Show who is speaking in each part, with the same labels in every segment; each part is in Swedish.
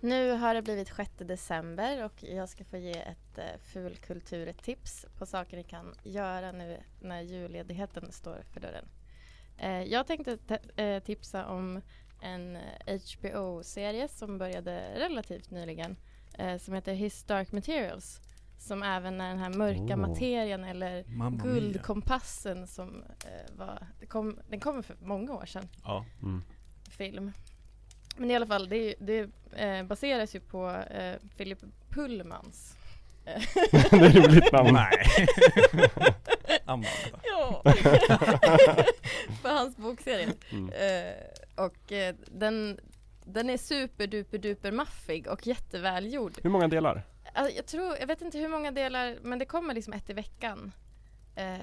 Speaker 1: Nu har det blivit 6 december och jag ska få ge ett eh, fulkulturtips på saker ni kan göra nu när julledigheten står för dörren. Eh, jag tänkte te- eh, tipsa om en eh, HBO-serie som började relativt nyligen eh, som heter His Dark Materials som även är den här mörka
Speaker 2: Oh.
Speaker 1: materien eller
Speaker 3: Mamma mia.
Speaker 1: guldkompassen som eh, var, det kom, den kom för många år sedan
Speaker 3: Ja.
Speaker 2: Mm.
Speaker 1: film. Men i alla fall, det, är ju- det eh, baseras ju på eh, Philip Pullmans. eh,
Speaker 2: det är ett roligt namn.
Speaker 3: Nej. Amanda.
Speaker 1: ja. på hans bokserie.
Speaker 2: Mm.
Speaker 1: Eh, och eh, den, den är superduper duper maffig och jättevälgjord.
Speaker 2: Hur många delar?
Speaker 1: Alltså, jag tror, jag vet inte hur många delar, men det kommer liksom ett i veckan. Eh,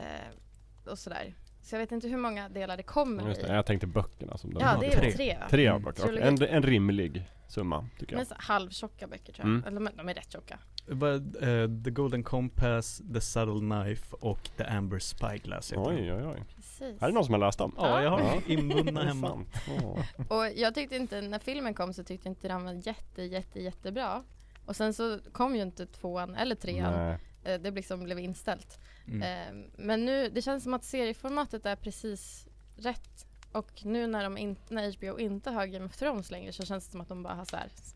Speaker 1: och sådär. Så jag vet inte hur många delar det kommer
Speaker 2: Just det,
Speaker 1: i.
Speaker 2: jag tänkte böckerna som de
Speaker 1: Ja,
Speaker 2: hade.
Speaker 1: det är
Speaker 3: Tre.
Speaker 1: tre. tre va?
Speaker 2: Tre av böckerna.
Speaker 1: Trilogi.
Speaker 2: Okej, En, en rimlig summa tycker jag.
Speaker 1: Men så halvtjocka böcker tror jag.
Speaker 2: Mm.
Speaker 1: Eller de- de är rätt tjocka.
Speaker 3: But, eh, the Golden Compass, The Subtle Knife och The Amber Spyglass heter den.
Speaker 2: Oj, oj, oj.
Speaker 1: Precis.
Speaker 2: Här är någon som har läst dem.
Speaker 3: Ja, jag har
Speaker 2: Ja.
Speaker 3: dem inbundna
Speaker 2: Det är
Speaker 3: hemma.
Speaker 2: sant. Ja.
Speaker 1: Och jag tyckte inte, när filmen kom så tyckte jag inte den var jätte, jätte, jättebra. Och sen så kom ju inte tvåan eller trean.
Speaker 2: Nej.
Speaker 1: Eh, Det liksom blev inställt.
Speaker 3: Mm.
Speaker 1: Eh, Men nu, det känns som att serieformatet är precis rätt. Och nu när, de in, när HBO inte har Game of Thrones längre så känns det som att de bara har så här s-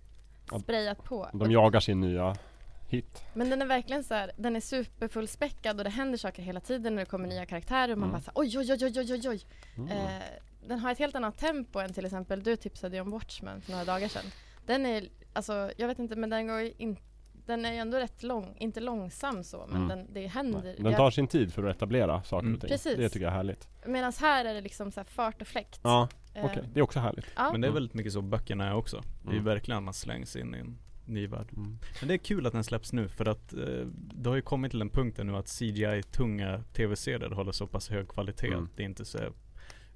Speaker 2: Ja,
Speaker 1: sprayat på.
Speaker 2: De jagar sin nya hit.
Speaker 1: Men den är verkligen så här, den är superfullspäckad och det händer saker hela tiden när det kommer nya karaktärer och man
Speaker 2: Mm.
Speaker 1: bara så här, oj, oj, oj, oj, oj, oj, oj.
Speaker 2: Mm.
Speaker 1: Eh, den har ett helt annat tempo än till exempel du tipsade ju om Watchmen för några dagar sedan. Den är, alltså jag vet inte men den går ju in, den är ju ändå rätt lång, inte långsam så men
Speaker 2: Mm.
Speaker 1: den, det händer.
Speaker 2: Nej. Den tar sin tid för att etablera saker
Speaker 3: Mm.
Speaker 2: och ting.
Speaker 1: Precis.
Speaker 2: Det tycker jag är härligt.
Speaker 1: Medan här är det liksom så här fart och fläkt.
Speaker 2: Ja,
Speaker 1: Eh,
Speaker 2: okej. Det är också härligt.
Speaker 1: ja.
Speaker 3: Men det är
Speaker 2: Mm.
Speaker 3: väldigt mycket så böckerna är också. Det är ju
Speaker 2: Mm.
Speaker 3: verkligen att man slängs in i en ny värld.
Speaker 2: Mm.
Speaker 3: Men det är kul att den släpps nu för att eh, det har ju kommit till den punkten nu att CGI-tunga tv-serier håller så pass hög kvalitet
Speaker 2: Mm.
Speaker 3: att det inte ser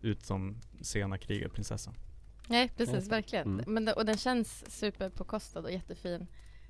Speaker 3: ut som sena krigarprinsessan.
Speaker 1: Nej precis,
Speaker 2: Just det.
Speaker 1: verkligen.
Speaker 2: Mm.
Speaker 1: Men, det- och den känns superpåkostad och jättefin.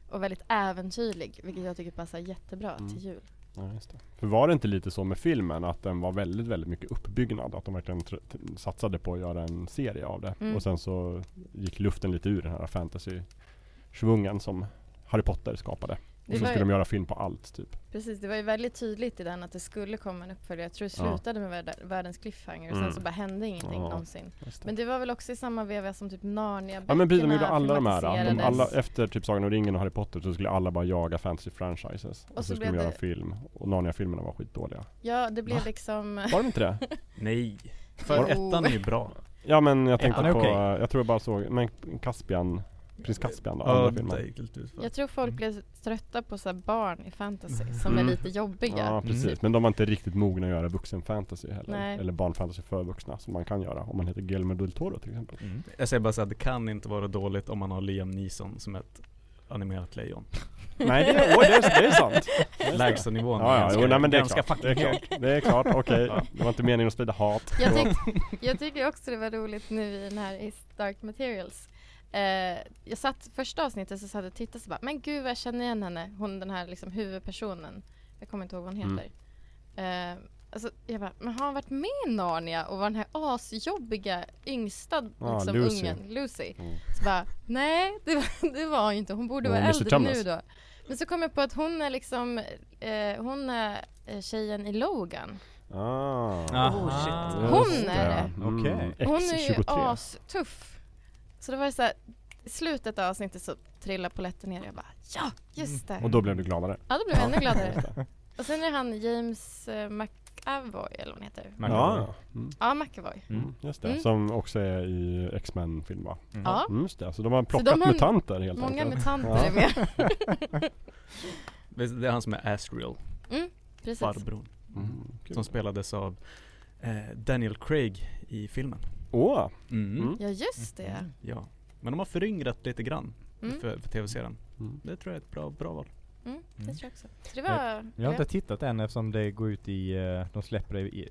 Speaker 1: Och väldigt äventyrlig, vilket jag tycker passar jättebra
Speaker 2: Mm.
Speaker 1: till jul.
Speaker 2: Ja, just det. För var det inte lite så med filmen att den var väldigt, väldigt mycket uppbyggnad? Att de verkligen tr- t- satsade på att göra en serie av det.
Speaker 1: Mm.
Speaker 2: Och sen så gick luften lite ur den här fantasy-svungen som Harry Potter skapade.
Speaker 1: Det
Speaker 2: Och så
Speaker 1: var ju-
Speaker 2: skulle de göra film på allt typ.
Speaker 1: Precis, det var ju väldigt tydligt i den att det skulle komma en uppföljare. Jag tror det
Speaker 2: Ja.
Speaker 1: slutade med värld- världens cliffhanger och sen
Speaker 2: Mm.
Speaker 1: så bara hände ingenting
Speaker 2: Ja.
Speaker 1: någonsin.
Speaker 2: Just det.
Speaker 1: Men det var väl också i samma veva som typ Narnia
Speaker 2: Typ. Ja men precis, de gjorde alla de här. De
Speaker 1: filmatiserades.
Speaker 2: alla, efter typ Sagan om ringen och Harry Potter så skulle alla bara jaga fantasy-franchises. Och,
Speaker 1: så
Speaker 2: så, skulle de
Speaker 1: blev
Speaker 2: göra
Speaker 1: det-
Speaker 2: en film. Och Narnia-filmerna var skitdåliga.
Speaker 1: Ja, det blev
Speaker 3: Va?
Speaker 1: liksom...
Speaker 2: Var de inte det?
Speaker 3: Nej! För
Speaker 1: Jo.
Speaker 3: ettan är ju bra.
Speaker 2: Ja men jag tänkte
Speaker 3: Ja, det är
Speaker 2: på,
Speaker 3: okej.
Speaker 2: jag tror jag bara såg, men Caspian, Prins Caspian då,
Speaker 3: Ja,
Speaker 2: andra
Speaker 3: det
Speaker 2: filmen.
Speaker 3: gick lite ut för.
Speaker 1: Jag tror folk
Speaker 3: Mm.
Speaker 1: blev trötta på så här barn i fantasy som är
Speaker 2: Mm.
Speaker 1: lite jobbiga.
Speaker 2: Ja
Speaker 1: Mm.
Speaker 2: precis, men de var inte riktigt mogna att göra vuxenfantasy heller.
Speaker 1: Nej.
Speaker 2: Eller barnfantasy för vuxna som man kan göra om man heter Guillermo del Toro till exempel.
Speaker 3: Mm. Jag säger bara så att det kan inte vara dåligt om man har Liam Neeson som ett animerat lejon.
Speaker 2: Nej det är, oj, det är, det är sant. Det är sant.
Speaker 3: Lägsta nivån
Speaker 2: Ja, ja,
Speaker 3: ganska-
Speaker 2: jo, nej, men det är
Speaker 3: ganska
Speaker 2: klart. Det
Speaker 3: fucking
Speaker 2: är klart, det är klart. okej. Det var inte meningen att sprida hat.
Speaker 1: Jag,
Speaker 2: Förlåt.
Speaker 1: tyck, jag tycker också det var roligt nu i den här i Dark Materials. Eh, jag satt första avsnittet så satt jag och tittade så bara, men gud vad jag känner igen henne. Hon den här liksom huvudpersonen. Jag kommer inte ihåg vad hon
Speaker 2: Mm.
Speaker 1: heter. Eh, alltså, jag bara, men har hon varit med i Narnia och var den här asjobbiga yngsta
Speaker 2: Ah,
Speaker 1: liksom,
Speaker 2: Lucy.
Speaker 1: ungen, Lucy?
Speaker 2: Mm.
Speaker 1: Så bara, nej det var, det var hon ju inte. Hon borde
Speaker 2: Hon
Speaker 1: vara
Speaker 2: är Mr.
Speaker 1: äldre
Speaker 2: Tumnus.
Speaker 1: nu då. Men så kom jag på att hon är liksom, eh, hon är eh, tjejen i Logan.
Speaker 2: Ah.
Speaker 3: Aha.
Speaker 4: Oh, shit.
Speaker 2: Just
Speaker 1: Hon är det.
Speaker 2: Mm.
Speaker 3: Okej.
Speaker 1: Hon är ju
Speaker 2: X23.
Speaker 1: astuff. Så det var så här, i slutet av avsnittet så trillade polletten ner och jag bara ja, just det.
Speaker 2: Mm. Och då blev du gladare.
Speaker 1: Ja, då blev jag ännu gladare.
Speaker 2: Just det.
Speaker 1: Och sen är det han James eh, McAvoy eller vad han heter.
Speaker 3: Man-
Speaker 2: Ja, mm.
Speaker 1: Ja, McAvoy.
Speaker 2: Mm. Just det.
Speaker 1: Mm.
Speaker 2: Som också är i X-Men film va?
Speaker 1: Ja,
Speaker 2: Mm, Just det, så de har plockat
Speaker 1: de har
Speaker 2: mutanter helt
Speaker 1: många
Speaker 2: enkelt.
Speaker 1: mutanter
Speaker 2: Ja.
Speaker 1: är med.
Speaker 3: Visst, Det är han som är Asriel,
Speaker 1: Mm, Precis.
Speaker 3: farbrorn.
Speaker 2: Mm, kul.
Speaker 3: Som spelades av eh, Daniel Craig i filmen.
Speaker 2: Åh!
Speaker 3: Mm.
Speaker 2: Mm.
Speaker 1: Ja, just det.
Speaker 3: Ja. Men de har föryngrat lite grann
Speaker 1: Mm.
Speaker 3: för, för tv-serien.
Speaker 2: Mm.
Speaker 3: Det tror jag är ett bra, bra val.
Speaker 1: Mm, det
Speaker 4: Mm.
Speaker 1: tror jag också. Så det var...
Speaker 4: Jag har inte tittat än eftersom det går ut i, eh, de släpper det i,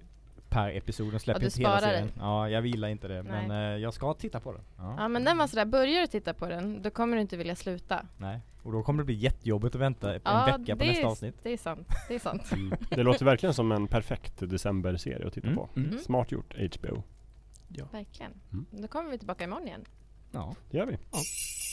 Speaker 4: per episod, de släpper
Speaker 1: du
Speaker 4: inte hela
Speaker 1: sparar
Speaker 4: serien. Ja, jag gillar inte det
Speaker 1: Nej.
Speaker 4: men eh, jag ska titta på den. Ja.
Speaker 1: Ja, men den var sådär, börjar du titta på den, då kommer du inte vilja sluta.
Speaker 4: Nej. Och då kommer det bli jättejobbigt att vänta en
Speaker 1: Ja,
Speaker 4: vecka på
Speaker 1: det
Speaker 4: nästa
Speaker 1: är-
Speaker 4: avsnitt.
Speaker 1: Det är sant. Det är sant.
Speaker 2: Mm. Det låter verkligen som en perfekt decemberserie att titta på.
Speaker 1: Mm.
Speaker 2: Smart gjort HBO.
Speaker 1: Verkligen.
Speaker 2: Mm.
Speaker 1: Då kommer vi tillbaka imorgon igen.
Speaker 4: Ja.
Speaker 2: Det gör vi.